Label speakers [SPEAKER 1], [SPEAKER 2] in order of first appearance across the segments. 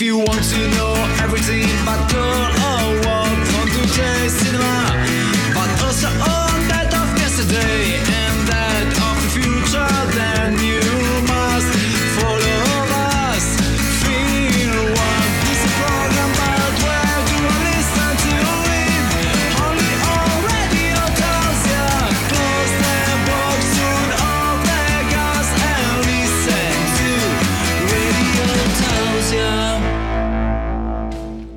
[SPEAKER 1] you want to know everything about girl or what from today's cinema, but also on that of yesterday and that of the future, then you must follow us. Feel one. This is a program about where do I listen to it? Only on Radio Tausia. Close the box, turn off the gas, and listen to Radio Tausia.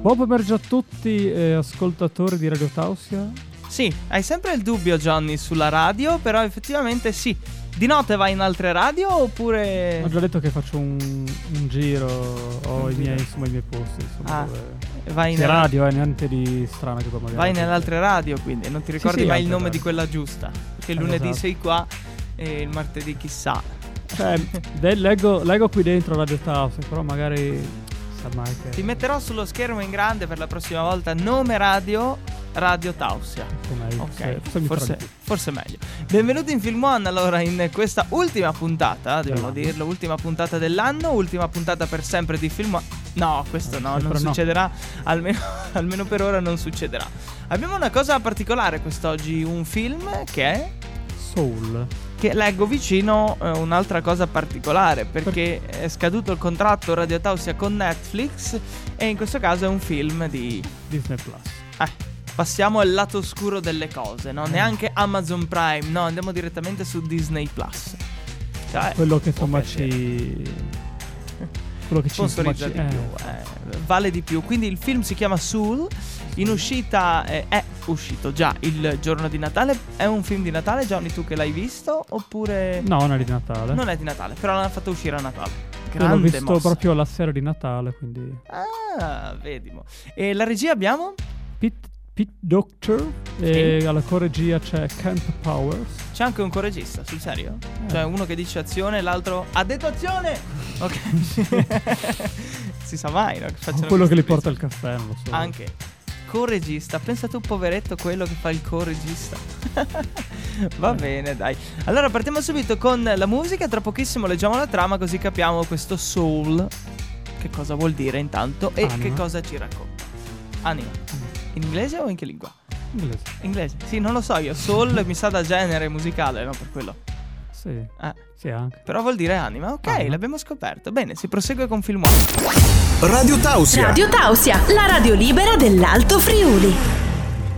[SPEAKER 2] Buon pomeriggio a tutti, eh, ascoltatori di Radio Tausia.
[SPEAKER 3] Sì, hai sempre il dubbio, Johnny, sulla radio, però effettivamente sì. Di notte vai in altre radio oppure...
[SPEAKER 2] Ho già detto che faccio un, un giro, ho i miei, insomma, i miei posti. Insomma,
[SPEAKER 3] Ah,
[SPEAKER 2] dove-
[SPEAKER 3] vai,
[SPEAKER 2] Sì,
[SPEAKER 3] nel-
[SPEAKER 2] radio, eh, niente di strano che poi magari.
[SPEAKER 3] vai nelle altre radio, quindi non ti ricordi
[SPEAKER 2] sì,
[SPEAKER 3] mai il
[SPEAKER 2] altre
[SPEAKER 3] nome
[SPEAKER 2] radio.
[SPEAKER 3] di quella giusta. Perché il
[SPEAKER 2] Eh,
[SPEAKER 3] lunedì
[SPEAKER 2] esatto.
[SPEAKER 3] sei qua e il martedì chissà.
[SPEAKER 2] Cioè, de- leggo, leggo qui dentro Radio Tausia, però magari. Sa mai che.
[SPEAKER 3] Ti metterò sullo schermo in grande per la prossima volta nome radio, Radio Tausia.
[SPEAKER 2] Com'è,
[SPEAKER 3] Ok,
[SPEAKER 2] forse- mi farà
[SPEAKER 3] forse,
[SPEAKER 2] di più.
[SPEAKER 3] forse meglio. Benvenuti in Film One, allora in questa ultima puntata, dobbiamo
[SPEAKER 2] Dell'anno.
[SPEAKER 3] dirlo, ultima puntata dell'anno, ultima puntata per sempre di Film One. No, questo no,
[SPEAKER 2] Eh,
[SPEAKER 3] non
[SPEAKER 2] però no.
[SPEAKER 3] succederà, almeno, almeno per ora non succederà. Abbiamo una cosa particolare quest'oggi, un film che è...
[SPEAKER 2] Soul.
[SPEAKER 3] Che leggo vicino eh, un'altra cosa particolare perché è scaduto il contratto Radio Tausia con Netflix e in questo caso è un film di
[SPEAKER 2] Disney Plus.
[SPEAKER 3] eh, passiamo al lato oscuro delle cose,
[SPEAKER 2] Eh.
[SPEAKER 3] no? Neanche Amazon Prime, no, andiamo direttamente su Disney Plus. Cioè,
[SPEAKER 2] Quello che insomma
[SPEAKER 3] può piacere.
[SPEAKER 2] ci. Quello che ci insomma,
[SPEAKER 3] sponsorizza
[SPEAKER 2] ci-
[SPEAKER 3] di
[SPEAKER 2] eh,
[SPEAKER 3] più, eh, vale di più. Quindi il film si chiama Soul, in uscita eh, è uscito già il giorno di Natale, è un film di Natale, Johnny tu che l'hai visto oppure
[SPEAKER 2] eh. No, non è di Natale.
[SPEAKER 3] eh. non è di Natale, però l'hanno fatto uscire a Natale.
[SPEAKER 2] Io l'ho
[SPEAKER 3] Grande
[SPEAKER 2] visto
[SPEAKER 3] mossa.
[SPEAKER 2] proprio la sera di Natale, quindi.
[SPEAKER 3] Ah, vedimo. E la regia abbiamo?
[SPEAKER 2] Pete, Pete Doctor e alla coregia c'è Camp Powers.
[SPEAKER 3] C'è anche un coregista, sul serio?
[SPEAKER 2] Eh.
[SPEAKER 3] Cioè uno che dice azione e l'altro ha detto azione! Ok. si sa mai, no? Che
[SPEAKER 2] O
[SPEAKER 3] facciano
[SPEAKER 2] quello che
[SPEAKER 3] queste
[SPEAKER 2] li
[SPEAKER 3] cose.
[SPEAKER 2] porta il caffè, non lo so.
[SPEAKER 3] Anche. Coregista. Pensa tu, poveretto, quello che fa il coregista. Va bene, dai. Allora partiamo subito con la musica. Tra pochissimo leggiamo la trama così capiamo questo soul. Che cosa vuol dire intanto e
[SPEAKER 2] Anima.
[SPEAKER 3] che cosa ci racconta. Anima. In inglese o in che lingua?
[SPEAKER 2] Inglese.
[SPEAKER 3] Inglese. Sì, non lo so io. Soul mi sa da genere musicale, no? Per quello.
[SPEAKER 2] Sì.
[SPEAKER 3] Eh.
[SPEAKER 2] Sì, anche.
[SPEAKER 3] Però vuol dire anima, ok,
[SPEAKER 2] Anima.
[SPEAKER 3] l'abbiamo scoperto. Bene, si prosegue con film
[SPEAKER 4] Radio Tausia.
[SPEAKER 5] Radio Tausia, la radio libera dell'Alto Friuli.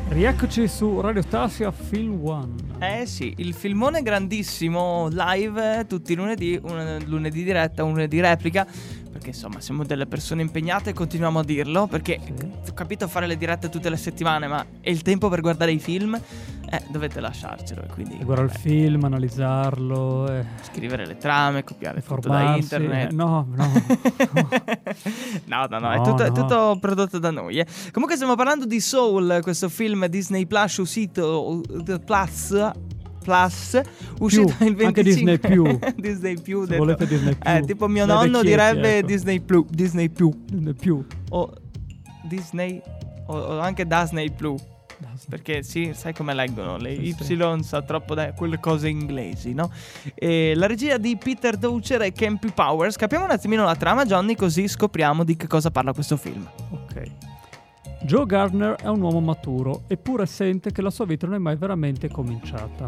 [SPEAKER 2] Rieccoci su Radio Tasia Film One.
[SPEAKER 3] Eh sì, il filmone grandissimo, live eh, tutti i lunedì, un lunedì diretta, un lunedì replica. Perché insomma siamo delle persone impegnate e continuiamo a dirlo. Perché
[SPEAKER 2] Sì.
[SPEAKER 3] ho capito fare le dirette tutte le settimane, ma e il tempo per guardare i film? Eh, dovete lasciarcelo. e Quindi
[SPEAKER 2] E Guardare il
[SPEAKER 3] vabbè,
[SPEAKER 2] film, analizzarlo, eh,
[SPEAKER 3] scrivere le trame, copiare tutto da
[SPEAKER 2] informarsi.
[SPEAKER 3] internet.
[SPEAKER 2] Eh, no, no.
[SPEAKER 3] no, no, no, è
[SPEAKER 2] No,
[SPEAKER 3] tutto, è
[SPEAKER 2] no.
[SPEAKER 3] tutto prodotto da noi. eh. Comunque stiamo parlando di Soul, questo film Disney Plus uscito eh, Plus Plus uscito
[SPEAKER 2] Più,
[SPEAKER 3] il 25
[SPEAKER 2] anche Disney più.
[SPEAKER 3] Disney più,
[SPEAKER 2] Se
[SPEAKER 3] detto-
[SPEAKER 2] volete Disney più.
[SPEAKER 3] Eh, tipo mio
[SPEAKER 2] Dai
[SPEAKER 3] nonno
[SPEAKER 2] vecchietti,
[SPEAKER 3] direbbe
[SPEAKER 2] ecco.
[SPEAKER 3] Disney Plus, Disney più
[SPEAKER 2] Ne più.
[SPEAKER 3] o Disney o, o anche Disney Plus. Perché sì, sai come leggono le Y
[SPEAKER 2] Sì, sì.
[SPEAKER 3] sa troppo da quelle cose inglesi, no? E la regia di Peter Doucher e Campy Powers. Capiamo un attimino la trama, Johnny, così scopriamo di che cosa parla questo film.
[SPEAKER 2] Ok. Joe Gardner è un uomo maturo, eppure sente che la sua vita non è mai veramente cominciata.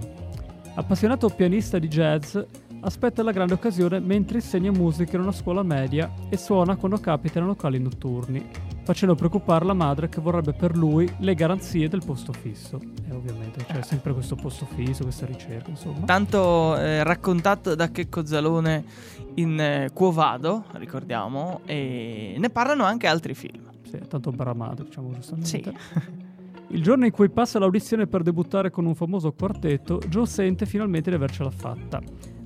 [SPEAKER 2] Appassionato pianista di jazz, aspetta la grande occasione mentre insegna musica in una scuola media e suona quando capita in locali notturni, facendo preoccupare la madre che vorrebbe per lui le garanzie del posto fisso. E ovviamente c'è sempre questo posto fisso, questa ricerca, insomma.
[SPEAKER 3] Tanto eh, raccontato da Checco Zalone in eh, Cuovado, ricordiamo, e ne parlano anche altri film.
[SPEAKER 2] Sì, è tanto bramato, diciamo giustamente.
[SPEAKER 3] Sì.
[SPEAKER 2] Il giorno in cui passa l'audizione per debuttare con un famoso quartetto, Joe sente finalmente di avercela fatta,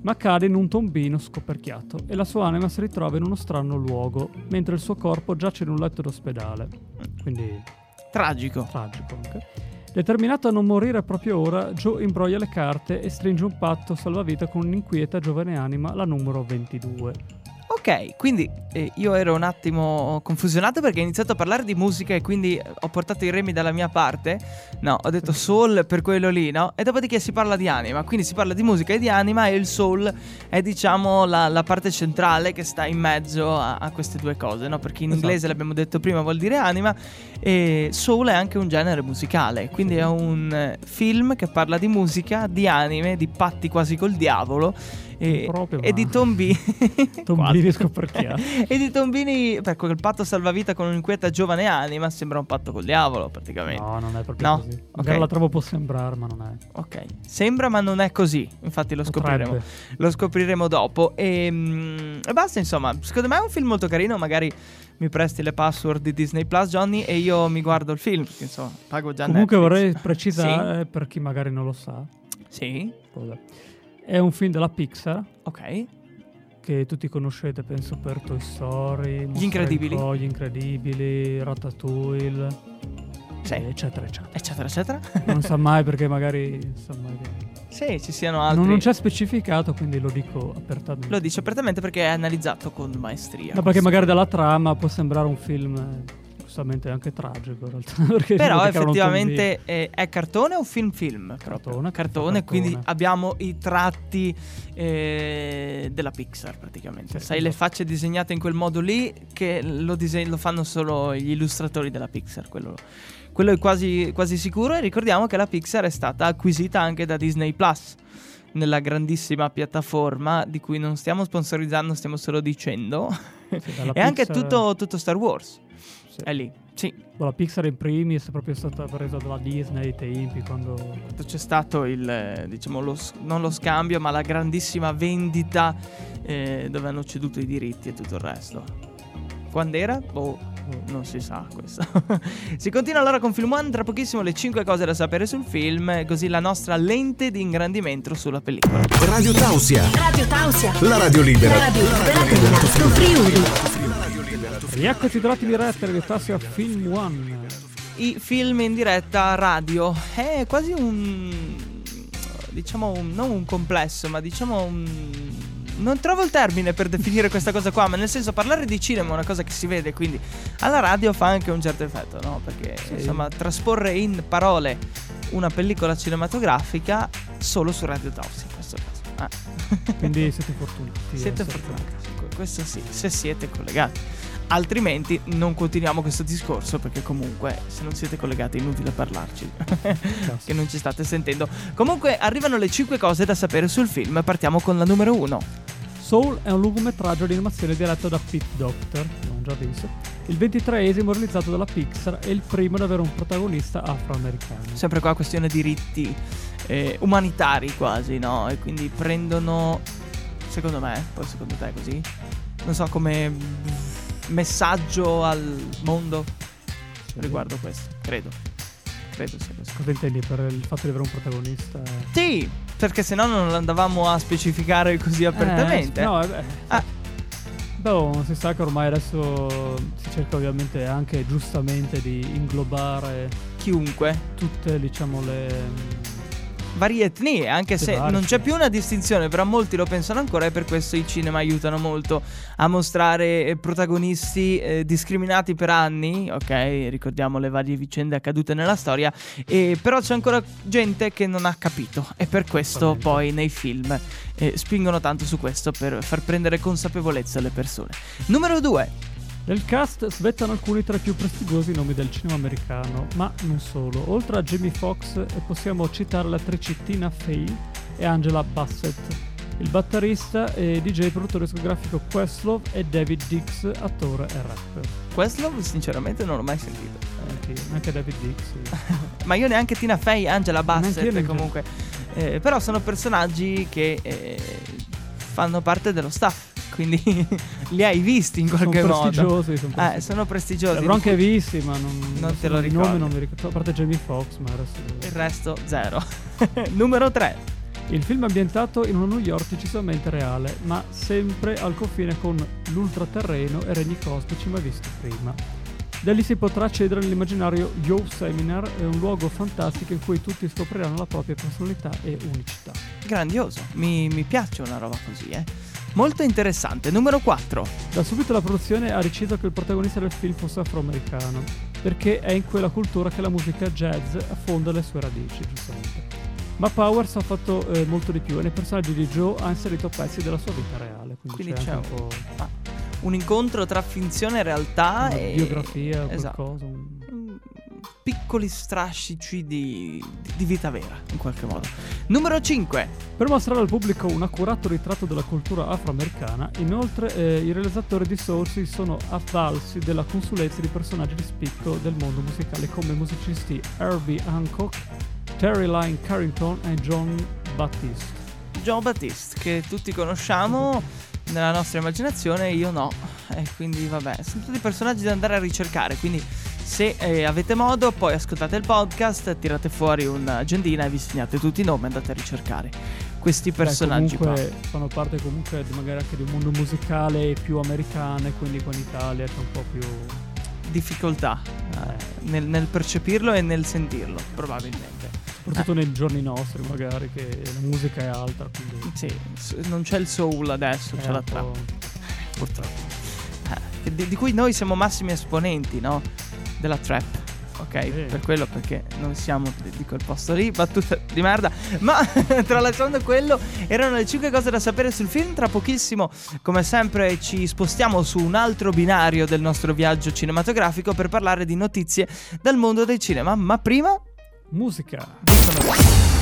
[SPEAKER 2] ma cade in un tombino scoperchiato e la sua anima si ritrova in uno strano luogo, mentre il suo corpo giace in un letto d'ospedale. Quindi
[SPEAKER 3] Tragico.
[SPEAKER 2] tragico anche. Determinato a non morire proprio ora, Joe imbroglia le carte e stringe un patto salvavita con un'inquieta giovane anima, la numero 22.
[SPEAKER 3] Ok, quindi eh, io ero un attimo confusionato perché hai iniziato a parlare di musica e quindi eh, ho portato i remi dalla mia parte. No, ho detto soul per quello lì, no? E dopodiché si parla di anima, quindi si parla di musica e di anima e il soul è diciamo la, la parte centrale che sta in mezzo a, a queste due cose, no? Perché in
[SPEAKER 2] Esatto.
[SPEAKER 3] inglese l'abbiamo detto prima vuol dire anima e soul è anche un genere musicale, quindi è un eh, film che parla di musica, di anime, di patti quasi col diavolo e,
[SPEAKER 2] Proprio,
[SPEAKER 3] e
[SPEAKER 2] ma-
[SPEAKER 3] di tombi.
[SPEAKER 2] Tombini
[SPEAKER 3] Quasi.
[SPEAKER 2] scoperchiati.
[SPEAKER 3] E di Tombini, ecco, il patto salvavita con un'inquieta giovane anima sembra un patto col diavolo, praticamente.
[SPEAKER 2] No, non è proprio
[SPEAKER 3] No?
[SPEAKER 2] così.
[SPEAKER 3] Ok.
[SPEAKER 2] Magari la trovo può sembrare, ma non è.
[SPEAKER 3] Ok, sembra ma non è così, infatti lo scopriremo.
[SPEAKER 2] Potrebbe.
[SPEAKER 3] Lo scopriremo dopo. E, mm, e basta, insomma, secondo me è un film molto carino, magari mi presti le password di Disney Plus, Johnny, e io mi guardo il film, perché insomma, pago già
[SPEAKER 2] Comunque vorrei
[SPEAKER 3] Netflix.
[SPEAKER 2] precisare, per chi magari non lo sa,
[SPEAKER 3] Sì, sì,
[SPEAKER 2] cosa- è un film della Pixar
[SPEAKER 3] ok.
[SPEAKER 2] che tutti conoscete, penso per Toy Story, Monster
[SPEAKER 3] Incredibili.
[SPEAKER 2] Co, Gli Incredibili, Ratatouille,
[SPEAKER 3] Sì.
[SPEAKER 2] eh, eccetera, eccetera.
[SPEAKER 3] Eccetera, eccetera.
[SPEAKER 2] Non sa mai perché magari insomma, che-
[SPEAKER 3] sì, ci siano
[SPEAKER 2] non-
[SPEAKER 3] altri.
[SPEAKER 2] non c'è specificato, quindi lo dico apertamente.
[SPEAKER 3] Lo dice apertamente perché è analizzato con maestria.
[SPEAKER 2] No, perché magari dalla trama può sembrare un film eh, giustamente anche tragico in realtà. perché dicono
[SPEAKER 3] Però
[SPEAKER 2] che era un
[SPEAKER 3] effettivamente eh, è, cartone o film film?
[SPEAKER 2] Cartone,
[SPEAKER 3] cartone,
[SPEAKER 2] cartone.
[SPEAKER 3] quindi abbiamo i tratti eh, della Pixar praticamente.
[SPEAKER 2] Sì,
[SPEAKER 3] Sai le
[SPEAKER 2] esatto.
[SPEAKER 3] facce disegnate in quel modo lì che lo, dise- lo fanno solo gli illustratori della Pixar, quello, quello è quasi, quasi sicuro e ricordiamo che la Pixar è stata acquisita anche da Disney Plus nella grandissima piattaforma di cui non stiamo sponsorizzando, stiamo solo dicendo.
[SPEAKER 2] Sì, dalla
[SPEAKER 3] e anche
[SPEAKER 2] Pixar-
[SPEAKER 3] tutto, tutto Star Wars
[SPEAKER 2] Sì.
[SPEAKER 3] è lì. Sì,
[SPEAKER 2] Boh, la Pixar in primis è proprio stata presa dalla Disney ai tempi quando
[SPEAKER 3] c'è stato il, eh, diciamo, lo s- non lo scambio, ma la grandissima vendita eh, dove hanno ceduto i diritti e tutto il resto. Quando era? Boh, non si sa questo. si continua allora con Film One, tra pochissimo le 5 cose da sapere sul film, eh, così la nostra lente di ingrandimento sulla pellicola.
[SPEAKER 4] Radio Tausia,
[SPEAKER 5] Radio Tausia.
[SPEAKER 4] la radio
[SPEAKER 5] La
[SPEAKER 4] libera.
[SPEAKER 5] radio libera dell'Alto Friuli.
[SPEAKER 2] rieccoci durati diretta di Tassia Film One
[SPEAKER 3] I film in diretta radio è quasi un diciamo un- non un complesso, ma diciamo un non trovo il termine per definire questa cosa qua, ma nel senso parlare di cinema è una cosa che si vede, quindi alla radio fa anche un certo effetto, no? Perché insomma trasporre in parole una pellicola cinematografica solo su Radio Tausia in questo caso. Eh.
[SPEAKER 2] quindi siete fortunati
[SPEAKER 3] Siete
[SPEAKER 2] eh,
[SPEAKER 3] fortunati, que- questo sì, se siete collegati. Altrimenti non continuiamo questo discorso perché comunque se non siete collegati è inutile parlarci, che non ci state sentendo. Comunque arrivano le 5 cose da sapere sul film, partiamo con la numero 1.
[SPEAKER 2] Soul è un lungometraggio di animazione diretto da Pete Doctor non già visto il ventitreesimo realizzato dalla Pixar e il primo ad avere un protagonista afroamericano
[SPEAKER 3] Sempre qua questione diritti eh, umanitari quasi, no? E quindi prendono, secondo me, poi secondo te è così? Non so come messaggio al mondo riguardo questo, credo. Credo sia così.
[SPEAKER 2] cosa intendi per il fatto di avere un protagonista
[SPEAKER 3] Sì, perché se no non andavamo a specificare così apertamente.
[SPEAKER 2] Eh, no vabbè
[SPEAKER 3] Ah.
[SPEAKER 2] Boh, si sa che ormai adesso si cerca ovviamente anche giustamente di inglobare
[SPEAKER 3] Chiunque,
[SPEAKER 2] tutte diciamo le
[SPEAKER 3] varie etnie, anche
[SPEAKER 2] Sì,
[SPEAKER 3] se
[SPEAKER 2] varie,
[SPEAKER 3] non c'è
[SPEAKER 2] sì.
[SPEAKER 3] più una distinzione, però molti lo pensano ancora e per questo i cinema aiutano molto a mostrare eh, protagonisti eh, discriminati per anni, ok? Ricordiamo le varie vicende accadute nella storia, e però c'è ancora gente che non ha capito e per questo
[SPEAKER 2] Esattamente.
[SPEAKER 3] poi nei film eh, spingono tanto su questo per far prendere consapevolezza alle persone. Numero 2.
[SPEAKER 2] Nel cast svettano alcuni tra i più prestigiosi nomi del cinema americano, ma non solo. Oltre a Jamie Foxx eh, possiamo citare l'attrice Tina Fey e Angela Bassett, il batterista e DJ produttore discografico Questlove e David Dix, attore e rapper.
[SPEAKER 3] Questo sinceramente non l'ho mai sentito.
[SPEAKER 2] Anche, anche David Dix. sì.
[SPEAKER 3] Ma io neanche Tina Fey, Angela
[SPEAKER 2] Neanche io,
[SPEAKER 3] Bassett
[SPEAKER 2] neanche-
[SPEAKER 3] comunque. Eh, però sono personaggi che eh, fanno parte dello staff, quindi li hai visti in
[SPEAKER 2] Sono
[SPEAKER 3] qualche modo.
[SPEAKER 2] prestigiosi, sono
[SPEAKER 3] Eh,
[SPEAKER 2] prestigiosi.
[SPEAKER 3] sono prestigiosi.
[SPEAKER 2] L'avrò anche visti, ma non,
[SPEAKER 3] Non te lo
[SPEAKER 2] i nomi
[SPEAKER 3] ricordi.
[SPEAKER 2] non mi ricordo. A parte Jamie Foxx, ma
[SPEAKER 3] Il
[SPEAKER 2] adesso...
[SPEAKER 3] resto zero. Numero 3.
[SPEAKER 2] Il film è ambientato in una New York decisamente reale, ma sempre al confine con l'ultraterreno e regni cosmici mai visti prima. Da lì si potrà accedere nell'immaginario Yo Seminar, è un luogo fantastico in cui tutti scopriranno la propria personalità e unicità.
[SPEAKER 3] Grandioso. Mi, mi piace una roba così, eh. Molto interessante. Numero 4.
[SPEAKER 2] Da subito la produzione ha deciso che il protagonista del film fosse afroamericano, perché è in quella cultura che la musica jazz affonda le sue radici, giustamente. Ma Powers ha fatto eh, molto di più e nei personaggi di Joe ha inserito pezzi della sua vita reale, quindi,
[SPEAKER 3] Quindi
[SPEAKER 2] c'è,
[SPEAKER 3] c'è
[SPEAKER 2] anche un po'
[SPEAKER 3] Ah, un incontro tra finzione e realtà.
[SPEAKER 2] una
[SPEAKER 3] e...
[SPEAKER 2] biografia,
[SPEAKER 3] Esatto.
[SPEAKER 2] qualcosa. un-
[SPEAKER 3] Mm, Piccoli strascici di, di vita vera, in qualche modo. Numero 5.
[SPEAKER 2] Per mostrare al pubblico un accurato ritratto della cultura afroamericana, inoltre eh, i realizzatori di Soul si sono avvalsi della consulenza di personaggi di spicco del mondo musicale come i musicisti Herbie Hancock, Terry Lyne Carrington e John Baptiste.
[SPEAKER 3] John Baptiste, che tutti conosciamo nella nostra immaginazione, io no. E quindi vabbè, sono tutti personaggi da andare a ricercare, quindi se eh, avete modo poi ascoltate il podcast, tirate fuori un'agendina e vi segnate tutti i nomi e andate a ricercare questi
[SPEAKER 2] Beh,
[SPEAKER 3] personaggi
[SPEAKER 2] comunque fanno parte comunque di- magari anche di un mondo musicale più americano e quindi con l'Italia c'è un po' più...
[SPEAKER 3] qua. Difficoltà eh, nel, nel percepirlo e nel sentirlo, probabilmente.
[SPEAKER 2] soprattutto nei giorni nostri magari che la musica è alta, quindi...
[SPEAKER 3] Sì, s- non c'è il soul adesso,
[SPEAKER 2] è
[SPEAKER 3] c'è
[SPEAKER 2] un
[SPEAKER 3] la
[SPEAKER 2] po'-
[SPEAKER 3] trap. purtroppo. Eh, Di, di cui noi siamo massimi esponenti, no? Della trap. Ok,
[SPEAKER 2] Sì.
[SPEAKER 3] per quello perché non siamo di, di quel posto lì, battuta di merda. Ma tralasciando quello, erano le 5 cose da sapere sul film. Tra pochissimo, come sempre, ci spostiamo su un altro binario del nostro viaggio cinematografico per parlare di notizie dal mondo del cinema. Ma prima,
[SPEAKER 2] Musica!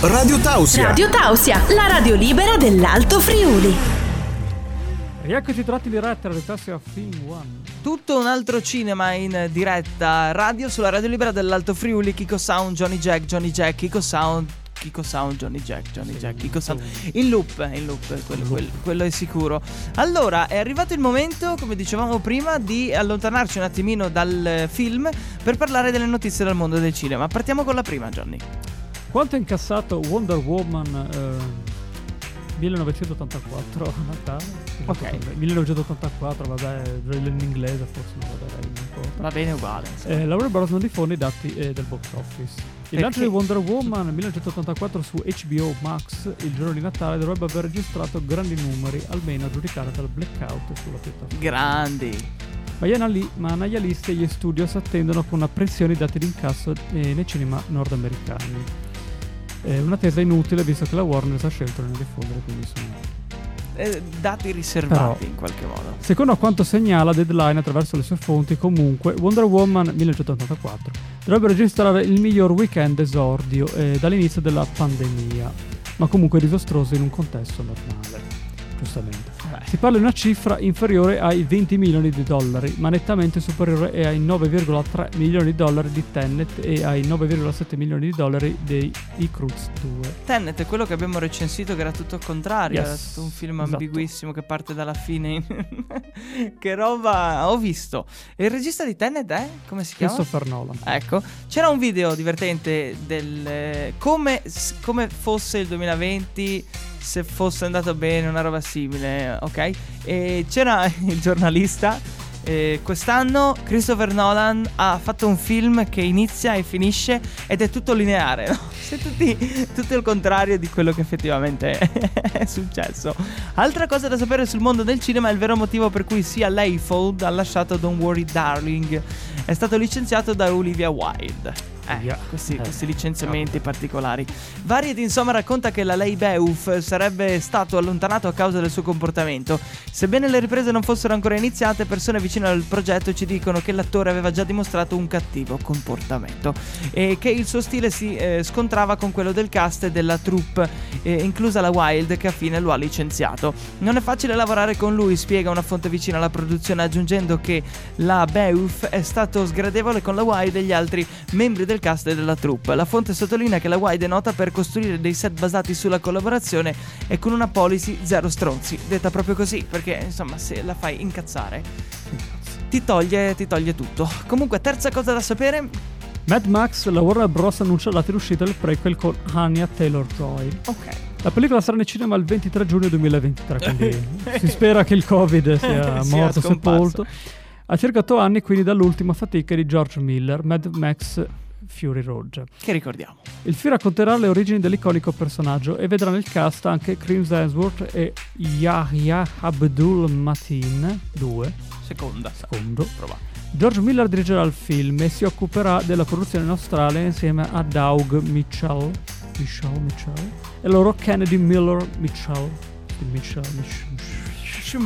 [SPEAKER 4] Radio Tausia.
[SPEAKER 5] Radio Tausia, la radio libera dell'Alto Friuli.
[SPEAKER 2] Rieccoci tratti di retta del Tassia Film One.
[SPEAKER 3] Tutto un altro cinema in diretta radio sulla radio libera dell'Alto Friuli, Kiko Sound, Johnny Jack, Johnny Jack, Kiko Sound, Kiko Sound, Johnny Jack, Johnny Jack, Kiko Sound. In loop, in loop, quello, quello- quello è sicuro. Allora, è arrivato il momento, come dicevamo prima, di allontanarci un attimino dal eh, film per parlare delle notizie dal mondo del cinema. Partiamo con la prima, Johnny.
[SPEAKER 2] Quanto ha incassato Wonder Woman eh, 1984 a Natale?
[SPEAKER 3] Ok.
[SPEAKER 2] 1984, vabbè, in inglese forse non vabbè, dai, non importa.
[SPEAKER 3] Va bene uguale. insomma.
[SPEAKER 2] Eh, Laura Brosnan di fondo i dati eh, del box office. Il lancio di
[SPEAKER 3] Perché?
[SPEAKER 2] Wonder Woman 1984 su HBO Max il giorno di Natale dovrebbe aver registrato grandi numeri, almeno a giudicare dal blackout sulla piattaforma.
[SPEAKER 3] Grandi.
[SPEAKER 2] Ma gli anali- ma analisti e gli studios attendono con apprensione i dati di incasso eh, nei cinema nordamericani. Eh, una tesa inutile visto che la Warner ha scelto di non diffondere, quindi insomma.
[SPEAKER 3] Eh, dati riservati
[SPEAKER 2] Però-
[SPEAKER 3] in qualche modo.
[SPEAKER 2] Secondo quanto segnala Deadline attraverso le sue fonti, comunque, Wonder Woman 1984 dovrebbe registrare il miglior weekend esordio eh, dall'inizio della pandemia, ma comunque disastroso in un contesto normale. Giustamente.
[SPEAKER 3] Beh.
[SPEAKER 2] Si parla di una cifra inferiore ai 20 milioni di dollari, ma nettamente superiore è ai 9,3 milioni di dollari di Tenet e ai 9,7 milioni di dollari dei I Cruz 2.
[SPEAKER 3] Tenet è quello che abbiamo recensito che era tutto il contrario,
[SPEAKER 2] Yes,
[SPEAKER 3] era tutto un film
[SPEAKER 2] esatto.
[SPEAKER 3] ambiguissimo che parte dalla fine. in- che roba ho visto. E il regista di Tenet è? Come si chiama?
[SPEAKER 2] Christopher Nolan.
[SPEAKER 3] Ecco, c'era un video divertente del eh, come, s- come fosse il 2020 se fosse andato bene, una roba simile, ok? E c'era il giornalista. eh, quest'anno Christopher Nolan ha fatto un film che inizia e finisce ed è tutto lineare, no? Cioè, tutti- tutto il contrario di quello che effettivamente è successo. Altra cosa da sapere sul mondo del cinema è il vero motivo per cui sia Leifold ha lasciato Don't Worry Darling. È stato licenziato da Olivia Wilde. Eh,
[SPEAKER 2] Yeah.
[SPEAKER 3] questi,
[SPEAKER 2] Eh.
[SPEAKER 3] questi licenziamenti particolari. Variet insomma racconta che la lei Beuf sarebbe stato allontanato a causa del suo comportamento. Sebbene le riprese non fossero ancora iniziate, persone vicine al progetto ci dicono che l'attore aveva già dimostrato un cattivo comportamento e che il suo stile si eh, scontrava con quello del cast e della troupe, eh, inclusa la Wild che a fine lo ha licenziato. Non è facile lavorare con lui, spiega una fonte vicina alla produzione aggiungendo che la Beuf è stato sgradevole con la Wild e gli altri membri del cast e della troupe. La fonte sottolinea che la Wild è nota per costruire dei set basati sulla collaborazione e con una policy zero stronzi, detta proprio così, perché insomma se la fai incazzare ti toglie, ti toglie tutto. Comunque terza cosa da sapere,
[SPEAKER 2] Mad Max, la Warner Bros. annuncia la riuscita del prequel con Anya Taylor-Joy.
[SPEAKER 3] ok.
[SPEAKER 2] La pellicola sarà nei cinema il 23 giugno 2023, quindi si spera che il Covid sia
[SPEAKER 3] Sia
[SPEAKER 2] morto,
[SPEAKER 3] scomparso.
[SPEAKER 2] sepolto. Ha circa 8 anni quindi dall'ultima fatica di George Miller, Mad Max Fury Road.
[SPEAKER 3] Che ricordiamo.
[SPEAKER 2] Il film racconterà le origini dell'iconico personaggio e vedrà nel cast anche Crimson Hemsworth e Yahya Abdul Mateen 2,
[SPEAKER 3] Seconda. sa-
[SPEAKER 2] secondo.
[SPEAKER 3] Provato.
[SPEAKER 2] George Miller dirigerà il film e si occuperà della produzione in Australia insieme a Doug Mitchell, Mitchell, Mitchell e loro Kennedy Miller Mitchell. Mitchell, Mitchell.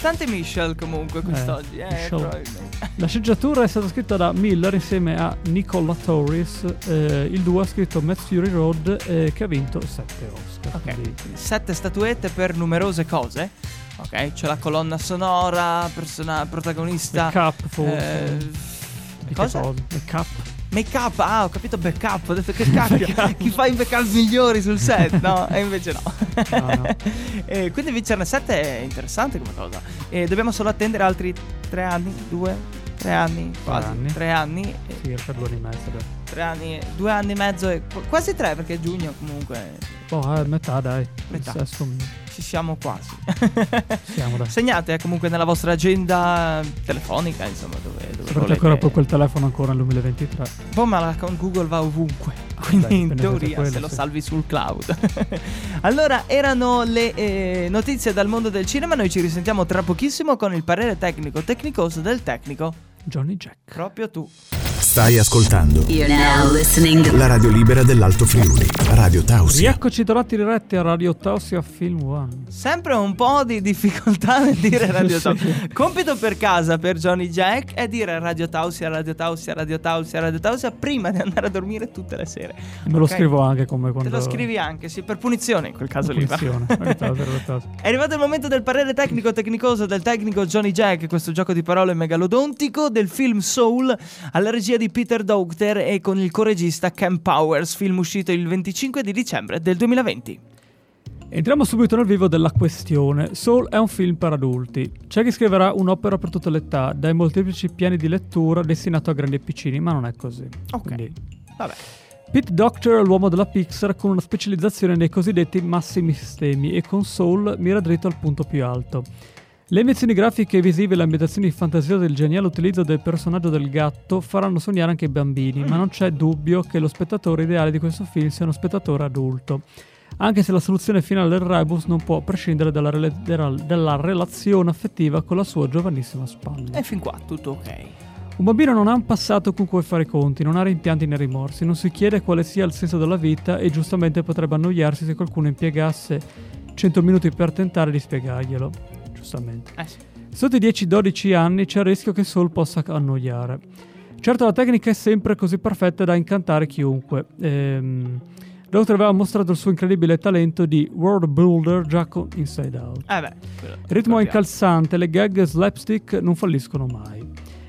[SPEAKER 3] Tante Michel comunque quest'oggi. Eh,
[SPEAKER 2] Michel.
[SPEAKER 3] probabilmente.
[SPEAKER 2] La sceneggiatura è stata scritta da Miller insieme a Nicola Torres, eh, il duo ha scritto Mad Fury Road eh, che ha vinto 7 Oscar. quindi-
[SPEAKER 3] Ok. Sette statuette per numerose cose. Ok, c'è la colonna sonora, persona- protagonista.
[SPEAKER 2] Make up forse.
[SPEAKER 3] eh,
[SPEAKER 2] Di che
[SPEAKER 3] cosa?
[SPEAKER 2] cosa? Make up.
[SPEAKER 3] Make up, ah ho capito back up, ho detto che cacchio, chi fa i back up migliori sul set, no? E invece no.
[SPEAKER 2] No, no.
[SPEAKER 3] Eh, quindi vincerne 7 è interessante come cosa. E dobbiamo solo attendere altri 3 anni, 2, 3 anni, quasi
[SPEAKER 2] anni.
[SPEAKER 3] 3 anni,
[SPEAKER 2] Circa due anni e mezzo. dai.
[SPEAKER 3] 3 anni, 2 anni e mezzo, e qu- quasi 3 perché è giugno comunque
[SPEAKER 2] Boh, eh, metà dai.
[SPEAKER 3] Metà.
[SPEAKER 2] Il sesto, mm,
[SPEAKER 3] ci siamo quasi.
[SPEAKER 2] Siamo dai.
[SPEAKER 3] Segnate eh, comunque nella vostra agenda telefonica, insomma, dove, dove
[SPEAKER 2] Perché
[SPEAKER 3] volete.
[SPEAKER 2] ancora poi quel telefono ancora nel 2023.
[SPEAKER 3] Poi ma la- con Google va ovunque.
[SPEAKER 2] beh,
[SPEAKER 3] Quindi in
[SPEAKER 2] Ah, dipende da
[SPEAKER 3] teoria
[SPEAKER 2] quello,
[SPEAKER 3] se lo
[SPEAKER 2] sì.
[SPEAKER 3] salvi sul cloud. allora, erano le eh, notizie dal mondo del cinema. Noi ci risentiamo tra pochissimo con il parere tecnico tecnicoso del tecnico.
[SPEAKER 2] Johnny Jack.
[SPEAKER 3] Proprio tu.
[SPEAKER 4] Stai ascoltando
[SPEAKER 5] You're now listening.
[SPEAKER 4] la radio libera dell'Alto Friuli. Radio Tausia.
[SPEAKER 2] Rieccoci tornati diretti a Radio Tausia Film One.
[SPEAKER 3] Sempre un po' di difficoltà nel dire Radio
[SPEAKER 2] Sì.
[SPEAKER 3] Tausia. Compito per casa per Johnny Jack è dire Radio Tausia, Radio Tausia, Radio Tausia, Radio Tausia prima di andare a dormire tutte le sere.
[SPEAKER 2] Me lo
[SPEAKER 3] Ok?
[SPEAKER 2] scrivo anche come quando.
[SPEAKER 3] Te lo scrivi anche, sì, per punizione in quel caso lì. va.
[SPEAKER 2] Attenzione. Radio Tausia, Radio Tausia.
[SPEAKER 3] È arrivato il momento del parere tecnico tecnicoso del tecnico Johnny Jack, questo gioco di parole megalodontico del film Soul alla regia di Peter Docter e con il coregista Cam Powers, film uscito il 25 di dicembre del 2020.
[SPEAKER 2] Entriamo subito nel vivo della questione. Soul è un film per adulti. C'è chi scriverà un'opera per tutte le età, dai molteplici piani di lettura destinato a grandi e piccini, ma non è così.
[SPEAKER 3] Ok.
[SPEAKER 2] Quindi,
[SPEAKER 3] Vabbè.
[SPEAKER 2] Pete Doctor è l'uomo della Pixar con una specializzazione nei cosiddetti massimi sistemi e con Soul mira dritto al punto più alto. Le ambizioni grafiche e visive e le ambientazioni di fantasia del geniale utilizzo del personaggio del gatto faranno sognare anche i bambini, ma non c'è dubbio che lo spettatore ideale di questo film sia uno spettatore adulto. Anche se la soluzione finale del Rebus non può prescindere dalla, rela- della- dalla relazione affettiva con la sua giovanissima spalla.
[SPEAKER 3] E fin qua tutto ok.
[SPEAKER 2] Un bambino non ha un passato con cui fare i conti, non ha rimpianti né rimorsi, non si chiede quale sia il senso della vita e giustamente potrebbe annoiarsi se qualcuno impiegasse 100 minuti per tentare di spiegarglielo. Giustamente.
[SPEAKER 3] Eh sì.
[SPEAKER 2] Sotto i 10-12 anni c'è il rischio che Soul possa annoiare. Certo la tecnica è sempre così perfetta da incantare chiunque. Ehm, Doctor aveva mostrato il suo incredibile talento di world builder già con Inside Out.
[SPEAKER 3] Eh beh. quello-
[SPEAKER 2] Il ritmo è
[SPEAKER 3] quello
[SPEAKER 2] incalzante, le gag slapstick non falliscono mai.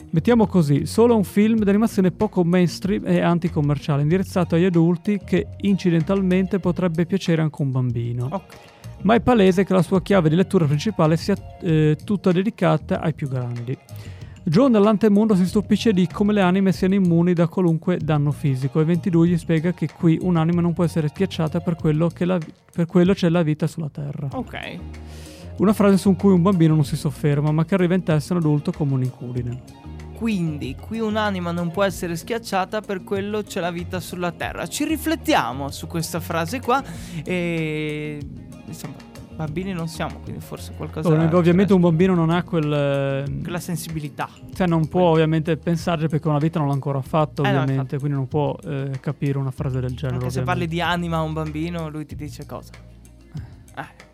[SPEAKER 2] Mettiamo così, solo un film d'animazione poco mainstream e anticommerciale, indirizzato agli adulti che incidentalmente potrebbe piacere anche un bambino.
[SPEAKER 3] piano. Ok.
[SPEAKER 2] Ma è palese che la sua chiave di lettura principale sia eh, tutta dedicata ai più grandi. John dall'antemondo si stupisce di come le anime siano immuni da qualunque danno fisico e 22 gli spiega che qui un'anima non può essere schiacciata per quello, che la- per quello c'è la vita sulla Terra.
[SPEAKER 3] Ok.
[SPEAKER 2] Una frase su cui un bambino non si sofferma, ma che arriva in testa un adulto come un'incudine.
[SPEAKER 3] Quindi qui un'anima non può essere schiacciata, per quello c'è la vita sulla terra. Ci riflettiamo su questa frase qua e insomma, bambini non siamo, quindi forse qualcosa
[SPEAKER 2] Ov- Oh,
[SPEAKER 3] esatto.
[SPEAKER 2] ovviamente un bambino non ha quel... eh,
[SPEAKER 3] quella sensibilità.
[SPEAKER 2] Cioè non può ovviamente pensarci perché una vita non l'ha ancora fatta,
[SPEAKER 3] Eh, no,
[SPEAKER 2] ovviamente,
[SPEAKER 3] infatti.
[SPEAKER 2] quindi non può eh, capire una frase del genere.
[SPEAKER 3] Anche se
[SPEAKER 2] ovviamente.
[SPEAKER 3] parli di anima a un bambino, lui ti dice cosa? Eh,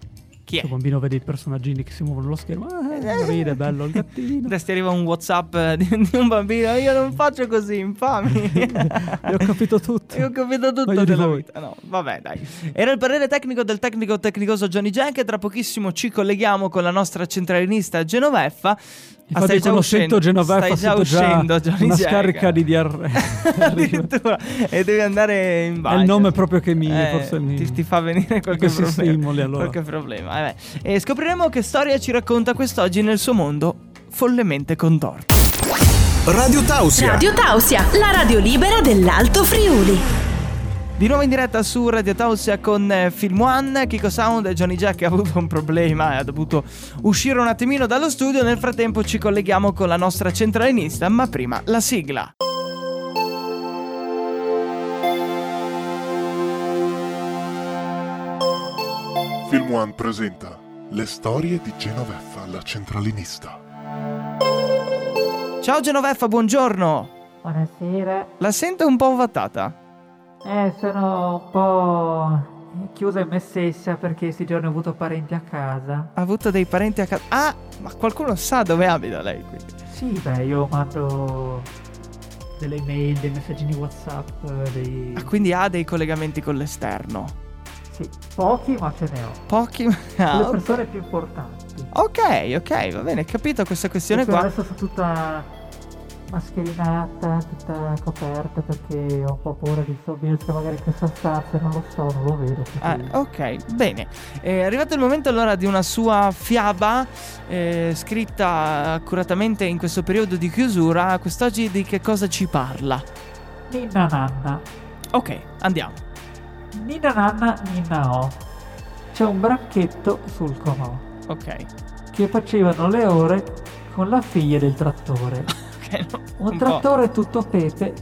[SPEAKER 3] chi
[SPEAKER 2] Il
[SPEAKER 3] è?
[SPEAKER 2] bambino vede i personaggini che si muovono nello schermo, ah,
[SPEAKER 3] Eh,
[SPEAKER 2] ride, bello il gattino.
[SPEAKER 3] Adesso ti arriva un WhatsApp eh, di, di un bambino, io non faccio così, infami.
[SPEAKER 2] E ho capito tutto.
[SPEAKER 3] Io ho capito tutto
[SPEAKER 2] Meglio di
[SPEAKER 3] della
[SPEAKER 2] voi.
[SPEAKER 3] vita. No, vabbè, dai. Era il parere tecnico del tecnico tecnicoso Johnny Jack. E tra pochissimo ci colleghiamo con la nostra centralinista Genoveffa. Ah,
[SPEAKER 2] Infatti
[SPEAKER 3] stai già
[SPEAKER 2] quando
[SPEAKER 3] uscendo.
[SPEAKER 2] sento Genoveffa
[SPEAKER 3] stai già
[SPEAKER 2] sento
[SPEAKER 3] uscendo,
[SPEAKER 2] già
[SPEAKER 3] Johnny
[SPEAKER 2] una
[SPEAKER 3] Jack.
[SPEAKER 2] scarica di diarrea. Arriva.
[SPEAKER 3] Addirittura. E devi andare in bagno.
[SPEAKER 2] È il nome proprio che mi-
[SPEAKER 3] Eh,
[SPEAKER 2] forse mi-
[SPEAKER 3] Ti, ti fa venire qualche
[SPEAKER 2] Questi
[SPEAKER 3] problema.
[SPEAKER 2] stimoli, allora.
[SPEAKER 3] Qualche problema. eh beh. E scopriremo che storia ci racconta quest'oggi nel suo mondo follemente contorto.
[SPEAKER 4] Radio Tausia.
[SPEAKER 5] Radio Tausia, la radio libera dell'Alto Friuli.
[SPEAKER 3] Di nuovo in diretta su Radio Tausia con eh, Film One, Kiko Sound e Johnny Jack ha avuto un problema e ha dovuto uscire un attimino dallo studio. Nel frattempo ci colleghiamo con la nostra centralinista, ma prima la sigla.
[SPEAKER 6] Film One presenta Le storie di Genoveffa la centralinista.
[SPEAKER 3] Ciao Genoveffa, buongiorno.
[SPEAKER 7] Buonasera,
[SPEAKER 3] La sento un po' ovattata.
[SPEAKER 7] eh, sono un po' chiusa in me stessa perché questi giorni ho avuto parenti a casa.
[SPEAKER 3] Ha avuto dei parenti a casa. Ah, ma qualcuno sa dove abita lei qui.
[SPEAKER 7] Sì, beh, io mando delle email, dei messaggini WhatsApp, dei...
[SPEAKER 3] Ah, quindi ha dei collegamenti con l'esterno.
[SPEAKER 7] Sì, pochi ma ce ne ho.
[SPEAKER 3] Pochi. Ah,
[SPEAKER 7] le
[SPEAKER 3] ok.
[SPEAKER 7] persone più importanti.
[SPEAKER 3] ok, ok, va bene, capito questa questione
[SPEAKER 7] Perché
[SPEAKER 3] qua.
[SPEAKER 7] Adesso sono tutta mascherinata, tutta coperta perché ho un po' paura di sorbirsi magari questa stanza, non lo so, non lo vedo.
[SPEAKER 3] Ah,
[SPEAKER 7] quindi-
[SPEAKER 3] ok, bene. Eh, È arrivato il momento allora di una sua fiaba eh, scritta accuratamente in questo periodo di chiusura. Quest'oggi di che cosa ci parla?
[SPEAKER 7] Ninna nanna.
[SPEAKER 3] Ok, andiamo.
[SPEAKER 7] Nina nanna, ninna o. C'è un bracchetto sul comò
[SPEAKER 3] Ok.
[SPEAKER 7] che facevano le ore con la figlia del trattore.
[SPEAKER 3] Ok, no,
[SPEAKER 7] Un,
[SPEAKER 3] po'.
[SPEAKER 7] trattore tutto pepe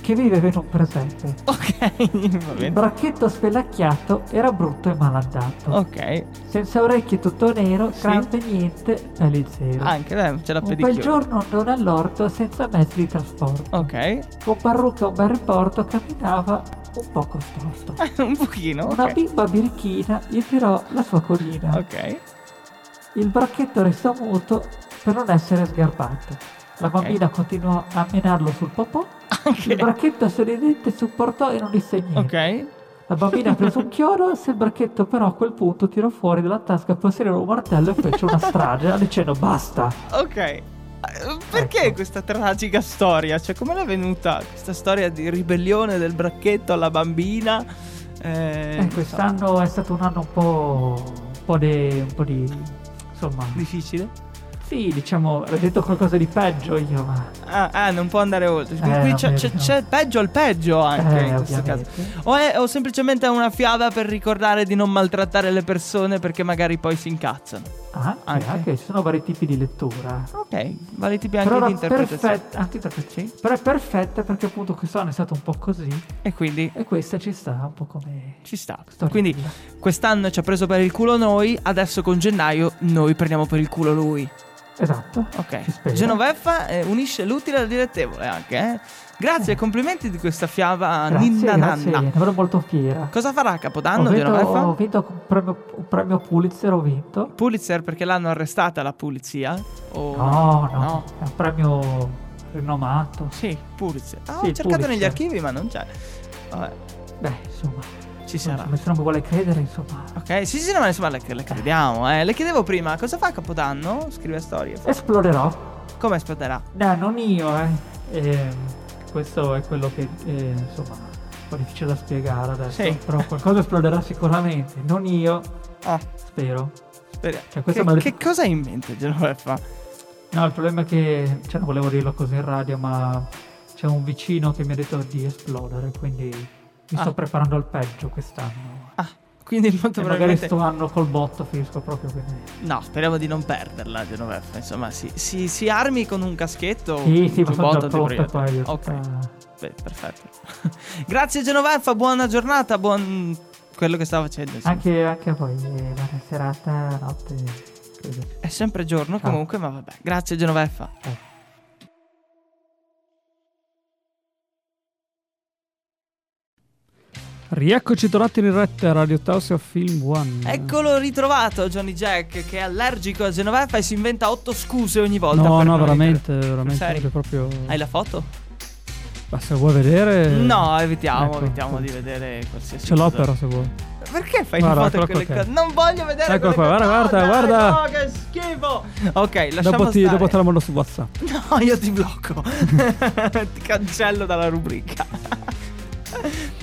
[SPEAKER 7] che viveva in un presente.
[SPEAKER 3] Ok, va
[SPEAKER 7] Il
[SPEAKER 3] bene.
[SPEAKER 7] bracchetto spelacchiato era brutto e malandato.
[SPEAKER 3] Ok,
[SPEAKER 7] Senza orecchie tutto nero,
[SPEAKER 3] Sì.
[SPEAKER 7] crampe niente, peli zero.
[SPEAKER 3] anche dai, c'è la
[SPEAKER 7] un bel
[SPEAKER 3] pedicure.
[SPEAKER 7] giorno andò all'orto senza mezzi di trasporto.
[SPEAKER 3] Ok,
[SPEAKER 7] Con parrucca e un bel riporto camminava un po' storto.
[SPEAKER 3] un pochino.
[SPEAKER 7] Una
[SPEAKER 3] Ah, Ok.
[SPEAKER 7] bimba birichina gli tirò la sua collina.
[SPEAKER 3] Ok.
[SPEAKER 7] Il bracchetto restò muto per non essere sgarbato. La bambina continuò a menarlo sul popò. Il
[SPEAKER 3] Anche.
[SPEAKER 7] bracchetto sorridente supportò e non disse niente.
[SPEAKER 3] Ok.
[SPEAKER 7] La bambina prese un chiodo, se il bracchetto però a quel punto tirò fuori dalla tasca posteriore un martello e fece una strage dicendo basta.
[SPEAKER 3] Ok. Eh, Perché
[SPEAKER 7] Ecco.
[SPEAKER 3] questa tragica storia? Cioè, come l'è venuta questa storia di ribellione del bracchetto alla bambina? Eh,
[SPEAKER 7] Eh, quest'anno è stato un anno un po'... un po' de- un po' di... insomma...
[SPEAKER 3] Difficile?
[SPEAKER 7] Sì, diciamo, ho detto qualcosa di peggio io, ma...
[SPEAKER 3] Ah, ah, non può andare oltre. Qui-
[SPEAKER 7] Eh,
[SPEAKER 3] qui
[SPEAKER 7] no,
[SPEAKER 3] c'è,
[SPEAKER 7] vero,
[SPEAKER 3] c'è-
[SPEAKER 7] no.
[SPEAKER 3] c'è il peggio al peggio anche
[SPEAKER 7] Eh,
[SPEAKER 3] in questo caso.
[SPEAKER 7] ovviamente.
[SPEAKER 3] O, è, o semplicemente è una fiaba per ricordare di non maltrattare le persone perché magari poi si incazzano.
[SPEAKER 7] Ah, sì,
[SPEAKER 3] Anche.
[SPEAKER 7] anche. ci sono vari tipi di lettura.
[SPEAKER 3] Ok, vale tipi anche
[SPEAKER 7] Però
[SPEAKER 3] di
[SPEAKER 7] era
[SPEAKER 3] interpretazione.
[SPEAKER 7] perfetta, anche interpretazione.
[SPEAKER 3] Sì.
[SPEAKER 7] Però è perfetta perché appunto quest'anno è stato un po' così
[SPEAKER 3] E quindi
[SPEAKER 7] e questa ci sta un po' come...
[SPEAKER 3] ci sta.
[SPEAKER 7] Storia
[SPEAKER 3] Quindi
[SPEAKER 7] bella.
[SPEAKER 3] quest'anno ci ha preso per il culo noi, adesso con gennaio noi prendiamo per il culo lui.
[SPEAKER 7] Esatto. ci
[SPEAKER 3] Ok,
[SPEAKER 7] spero.
[SPEAKER 3] Genoveffa eh, unisce l'utile al dilettevole anche, eh. Grazie, complimenti di questa fiaba
[SPEAKER 7] Grazie,
[SPEAKER 3] Ah, ninna
[SPEAKER 7] grazie,
[SPEAKER 3] nanna.
[SPEAKER 7] ne vado molto fiera.
[SPEAKER 3] Cosa farà a Capodanno
[SPEAKER 7] ho vinto,
[SPEAKER 3] Genoveffa?
[SPEAKER 7] ho vinto un premio, un premio Pulitzer, ho vinto.
[SPEAKER 3] Pulitzer perché l'hanno arrestata la polizia? O...
[SPEAKER 7] No, no,
[SPEAKER 3] no.
[SPEAKER 7] è un premio rinomato.
[SPEAKER 3] Sì, Pulitzer. Ah, ho
[SPEAKER 7] Sì,
[SPEAKER 3] cercato
[SPEAKER 7] Pulitzer.
[SPEAKER 3] negli archivi ma non c'è. Vabbè,
[SPEAKER 7] Beh, insomma,
[SPEAKER 3] ci sarà.
[SPEAKER 7] insomma, se non mi vuole credere, insomma.
[SPEAKER 3] Ok, sì, sì, no, ma insomma le, le crediamo, eh. Le chiedevo prima, cosa fa a Capodanno? Scrive storie.
[SPEAKER 7] Esplorerò.
[SPEAKER 3] Come esploderà?
[SPEAKER 7] No, non io, eh. Ehm, questo è quello che, eh, insomma, è un po' difficile da spiegare adesso.
[SPEAKER 3] Sì.
[SPEAKER 7] Però qualcosa esploderà sicuramente. Non io,
[SPEAKER 3] Ah,
[SPEAKER 7] spero.
[SPEAKER 3] speriamo.
[SPEAKER 7] Cioè,
[SPEAKER 3] che,
[SPEAKER 7] questo me lo-
[SPEAKER 3] che cosa hai in mente Genoveffa?
[SPEAKER 7] No, il problema è che, cioè, non volevo dirlo così in radio, ma c'è un vicino che mi ha detto di esplodere, quindi mi
[SPEAKER 3] Ah.
[SPEAKER 7] sto preparando al peggio quest'anno.
[SPEAKER 3] Ah, quindi molto
[SPEAKER 2] Eh,
[SPEAKER 7] E magari
[SPEAKER 3] probabilmente...
[SPEAKER 7] sto anno col botto finisco proprio quindi.
[SPEAKER 3] No, speriamo di non perderla Genoveffa. Insomma, si, si, si armi con un caschetto. o
[SPEAKER 7] Sì,
[SPEAKER 3] un
[SPEAKER 7] sì, ma sono
[SPEAKER 3] giubbotto
[SPEAKER 7] già
[SPEAKER 3] di
[SPEAKER 7] pronto
[SPEAKER 3] proiettile.
[SPEAKER 7] poi. eh,
[SPEAKER 3] Ok.
[SPEAKER 2] Eh.
[SPEAKER 7] tutta-
[SPEAKER 3] Beh, perfetto. Grazie Genoveffa, buona giornata, buon quello che stava facendo. insomma.
[SPEAKER 7] Anche, anche a voi, eh, buona serata, notte. così.
[SPEAKER 3] È sempre
[SPEAKER 2] Ah.
[SPEAKER 3] giorno
[SPEAKER 7] Ciao.
[SPEAKER 3] comunque, ma vabbè. Grazie Genoveffa.
[SPEAKER 2] Eh. Rieccoci tornati in retta a Radio Tausia Film One.
[SPEAKER 3] Eccolo ritrovato Johnny Jack che è allergico a Genoveffa e si inventa otto scuse ogni volta.
[SPEAKER 2] No,
[SPEAKER 3] per
[SPEAKER 2] no,
[SPEAKER 3] non
[SPEAKER 2] veramente,
[SPEAKER 3] entrare.
[SPEAKER 2] veramente.
[SPEAKER 3] Serio?
[SPEAKER 2] Proprio...
[SPEAKER 3] Hai la foto?
[SPEAKER 2] Ma se vuoi vedere...
[SPEAKER 3] no, evitiamo,
[SPEAKER 2] Eh. ecco.
[SPEAKER 3] evitiamo di vedere qualsiasi
[SPEAKER 2] Ce l'ho
[SPEAKER 3] cosa.
[SPEAKER 2] però se vuoi.
[SPEAKER 3] Perché fai
[SPEAKER 2] Guarda,
[SPEAKER 3] le foto
[SPEAKER 2] eccolo
[SPEAKER 3] quelle
[SPEAKER 2] qua,
[SPEAKER 3] cose?
[SPEAKER 2] ok.
[SPEAKER 3] Non voglio vedere
[SPEAKER 2] Eccolo
[SPEAKER 3] quelle
[SPEAKER 2] qua,
[SPEAKER 3] cose.
[SPEAKER 2] guarda, guarda,
[SPEAKER 3] No, che schifo. Ok, lasciamo
[SPEAKER 2] Dopo, ti,
[SPEAKER 3] stare.
[SPEAKER 2] dopo te la mando su WhatsApp.
[SPEAKER 3] No, io ti blocco. ti cancello dalla rubrica.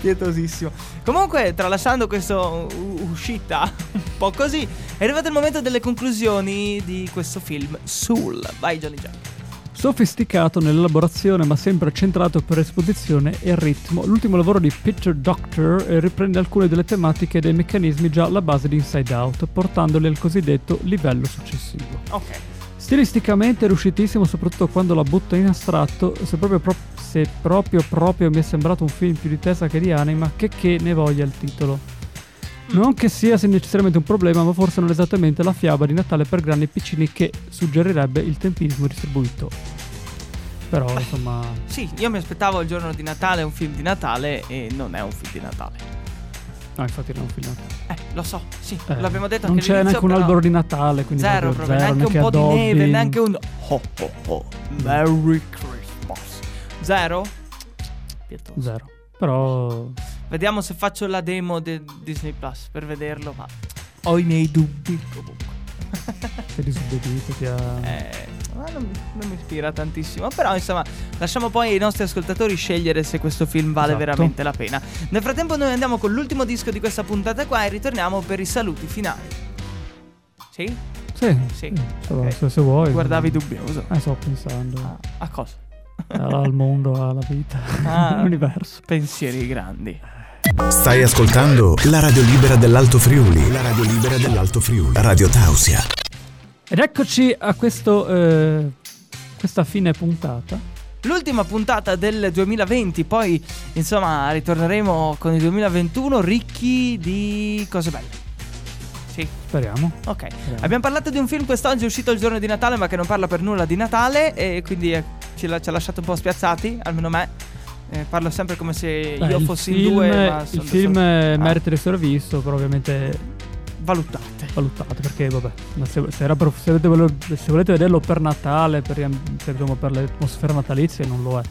[SPEAKER 3] Pietosissimo. Comunque, tralasciando questa uscita un po' così, è arrivato il momento delle conclusioni di questo film Soul. Vai Johnny Jack.
[SPEAKER 2] Sofisticato nell'elaborazione ma sempre centrato per esposizione e ritmo, l'ultimo lavoro di Peter Doctor eh, riprende alcune delle tematiche e dei meccanismi già alla base di Inside Out, portandoli al cosiddetto livello successivo.
[SPEAKER 3] Ok.
[SPEAKER 2] Stilisticamente è riuscitissimo soprattutto quando la butta in astratto, se proprio, pro- se proprio proprio mi è sembrato un film più di testa che di anima, che che ne voglia il titolo.
[SPEAKER 3] Mm.
[SPEAKER 2] Non che sia se necessariamente un problema, ma forse non esattamente la fiaba di Natale per grandi e piccini che suggerirebbe il tempismo distribuito. Però, insomma,
[SPEAKER 3] Sì, io mi aspettavo il giorno di Natale un film di Natale e non è un film di Natale.
[SPEAKER 2] no, infatti non è un film di Natale.
[SPEAKER 3] Eh, lo so, sì,
[SPEAKER 2] Eh,
[SPEAKER 3] l'abbiamo detto
[SPEAKER 2] Non
[SPEAKER 3] anche
[SPEAKER 2] c'è neanche
[SPEAKER 3] all'inizio,
[SPEAKER 2] un
[SPEAKER 3] però-
[SPEAKER 2] albero di Natale, quindi
[SPEAKER 3] Zero,
[SPEAKER 2] proprio
[SPEAKER 3] proprio,
[SPEAKER 2] zero,
[SPEAKER 3] neanche un po' di
[SPEAKER 2] addobbi.
[SPEAKER 3] neve, neanche un ho ho ho. Merry Christmas. Zero? Pietoso.
[SPEAKER 2] Zero. Però
[SPEAKER 3] Vediamo se faccio la demo di Disney Plus per vederlo, ma ho i miei dubbi comunque.
[SPEAKER 2] sei disobbedito, ti ha...
[SPEAKER 3] Eh, ma non, non mi ispira tantissimo. Però, insomma, lasciamo poi ai nostri ascoltatori scegliere se questo film vale
[SPEAKER 2] Esatto.
[SPEAKER 3] veramente la pena. Nel frattempo, noi andiamo con l'ultimo disco di questa puntata qua e ritorniamo per i saluti finali. Sì?
[SPEAKER 2] Sì,
[SPEAKER 3] Sì,
[SPEAKER 2] se-
[SPEAKER 3] ok.
[SPEAKER 2] Mm, se, se vuoi.
[SPEAKER 3] Guardavi dubbioso.
[SPEAKER 2] Eh, sto pensando
[SPEAKER 3] Ah, a cosa?
[SPEAKER 2] Alla- al mondo, alla vita,
[SPEAKER 3] Ah.
[SPEAKER 2] all'universo.
[SPEAKER 3] Pensieri grandi.
[SPEAKER 4] Stai ascoltando la radio libera dell'Alto Friuli. La radio libera dell'Alto Friuli. Radio Tausia.
[SPEAKER 2] Ed eccoci a questo, eh, questa fine puntata.
[SPEAKER 3] L'ultima puntata del 2020, poi insomma ritorneremo con il 2021 ricchi di cose belle. Sì,
[SPEAKER 2] Speriamo.
[SPEAKER 3] ok. Abbiamo parlato di un film quest'oggi uscito il giorno di Natale ma che non parla per nulla di Natale e quindi eh, ci, l'ha- ci ha lasciato un po' spiazzati, almeno me. Eh, parlo sempre come se
[SPEAKER 2] Beh,
[SPEAKER 3] io
[SPEAKER 2] Eh, il
[SPEAKER 3] fossi in
[SPEAKER 2] film-
[SPEAKER 3] due. Ma
[SPEAKER 2] il
[SPEAKER 3] sono da
[SPEAKER 2] film
[SPEAKER 3] solo.
[SPEAKER 2] eh,
[SPEAKER 3] Ah,
[SPEAKER 2] merita di essere visto, però ovviamente
[SPEAKER 3] Valutate.
[SPEAKER 2] valutate perché vabbè, ma se, se era per- se volete, velo- se volete vederlo per Natale, per, riam- per, diciamo, per l'atmosfera natalizia non lo è.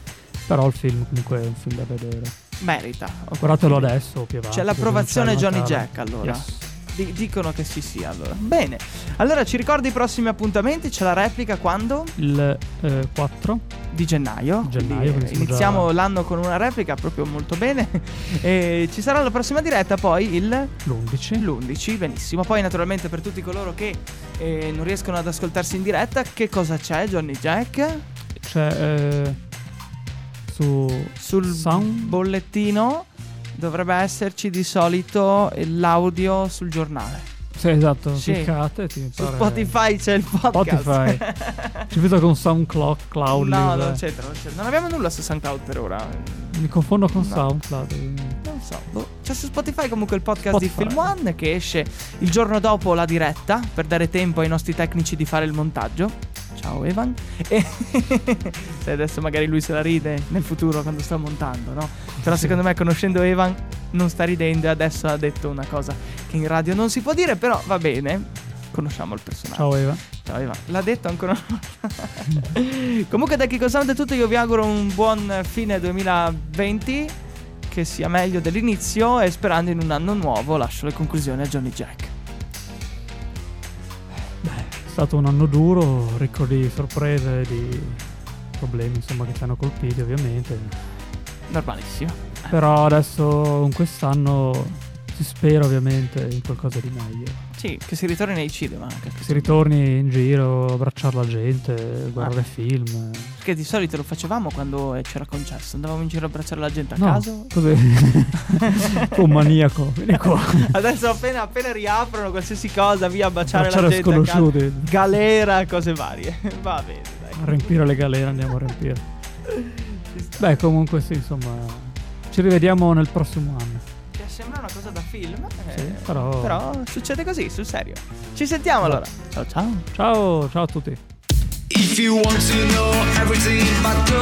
[SPEAKER 2] Però il film comunque è un film da vedere.
[SPEAKER 3] Merita. ok.
[SPEAKER 2] Guardatelo adesso, più avanti,
[SPEAKER 3] C'è l'approvazione
[SPEAKER 2] perché non
[SPEAKER 3] Johnny
[SPEAKER 2] c'è il Natale.
[SPEAKER 3] Jack allora.
[SPEAKER 2] Yes.
[SPEAKER 3] Di- dicono che sì sì allora. Bene. Allora ci ricordi i prossimi appuntamenti? C'è la replica quando?
[SPEAKER 2] Il eh, 4
[SPEAKER 3] di gennaio.
[SPEAKER 2] Gennaio,
[SPEAKER 3] Quindi,
[SPEAKER 2] quindi
[SPEAKER 3] eh,
[SPEAKER 2] siamo
[SPEAKER 3] iniziamo
[SPEAKER 2] già-
[SPEAKER 3] l'anno con una replica proprio molto bene. e ci sarà la prossima diretta poi il
[SPEAKER 2] l'11
[SPEAKER 3] l'11, benissimo. Poi naturalmente per tutti coloro che eh, non riescono ad ascoltarsi in diretta, che cosa c'è Johnny Jack?
[SPEAKER 2] c'è eh, su
[SPEAKER 3] Sul
[SPEAKER 2] Sound-
[SPEAKER 3] bollettino dovrebbe esserci di solito l'audio sul giornale.
[SPEAKER 2] sì, esatto,
[SPEAKER 3] Sì.
[SPEAKER 2] cliccate ti
[SPEAKER 3] Su
[SPEAKER 2] pare-
[SPEAKER 3] Spotify c'è il podcast.
[SPEAKER 2] Spotify. Ci vedo con SoundCloud Cloud.
[SPEAKER 3] No, cioè-
[SPEAKER 2] eh.
[SPEAKER 3] non c'entra, non c'entra. Non abbiamo nulla su SoundCloud per ora.
[SPEAKER 2] Mi confondo con
[SPEAKER 3] No.
[SPEAKER 2] SoundCloud. eh.
[SPEAKER 3] Non so. boh. C'è su Spotify comunque il podcast
[SPEAKER 2] Spotify.
[SPEAKER 3] di Film One che esce il giorno dopo la diretta per dare tempo ai nostri tecnici di fare il montaggio. Ciao Evan. E se adesso magari lui se la ride nel futuro quando sta montando, no? Però secondo me conoscendo Evan non sta ridendo e adesso ha detto una cosa che in radio non si può dire, però va bene. Conosciamo il personaggio.
[SPEAKER 2] Ciao Eva.
[SPEAKER 3] Ciao Eva, Cioè, l'ha detto ancora una volta. Comunque da Kiko Sound è tutto, io vi auguro un buon fine 2020, che sia meglio dell'inizio e sperando in un anno nuovo lascio le conclusioni a Johnny Jack.
[SPEAKER 2] È stato un anno duro, ricco di sorprese, di problemi insomma che ci hanno colpiti ovviamente.
[SPEAKER 3] Normalissimo.
[SPEAKER 2] Però adesso in quest'anno si spera ovviamente in qualcosa di meglio.
[SPEAKER 3] Sì, che si ritorni nei cinema anche.
[SPEAKER 2] Che si ritorni in giro, abbracciare la gente, guardare
[SPEAKER 3] Ah.
[SPEAKER 2] film.
[SPEAKER 3] Perché di solito lo facevamo quando eh, c'era concesso, andavamo in giro a abbracciare la gente a
[SPEAKER 2] No,
[SPEAKER 3] caso.
[SPEAKER 2] così. Un maniaco, vieni qua.
[SPEAKER 3] Adesso appena, appena riaprono qualsiasi cosa, via a baciare la
[SPEAKER 2] Abbracciare
[SPEAKER 3] gente. a caso.
[SPEAKER 2] sconosciuti.
[SPEAKER 3] Galera, cose varie. Va bene, dai.
[SPEAKER 2] A riempire le galere andiamo a riempire. Beh, comunque sì, insomma, ci rivediamo nel prossimo anno.
[SPEAKER 3] Che sembra una cosa da film, eh,
[SPEAKER 2] Sì, però-
[SPEAKER 3] succede così, sul serio. Ci sentiamo allora. Ciao ciao.
[SPEAKER 2] Ciao, ciao a tutti.
[SPEAKER 1] If you want to know everything about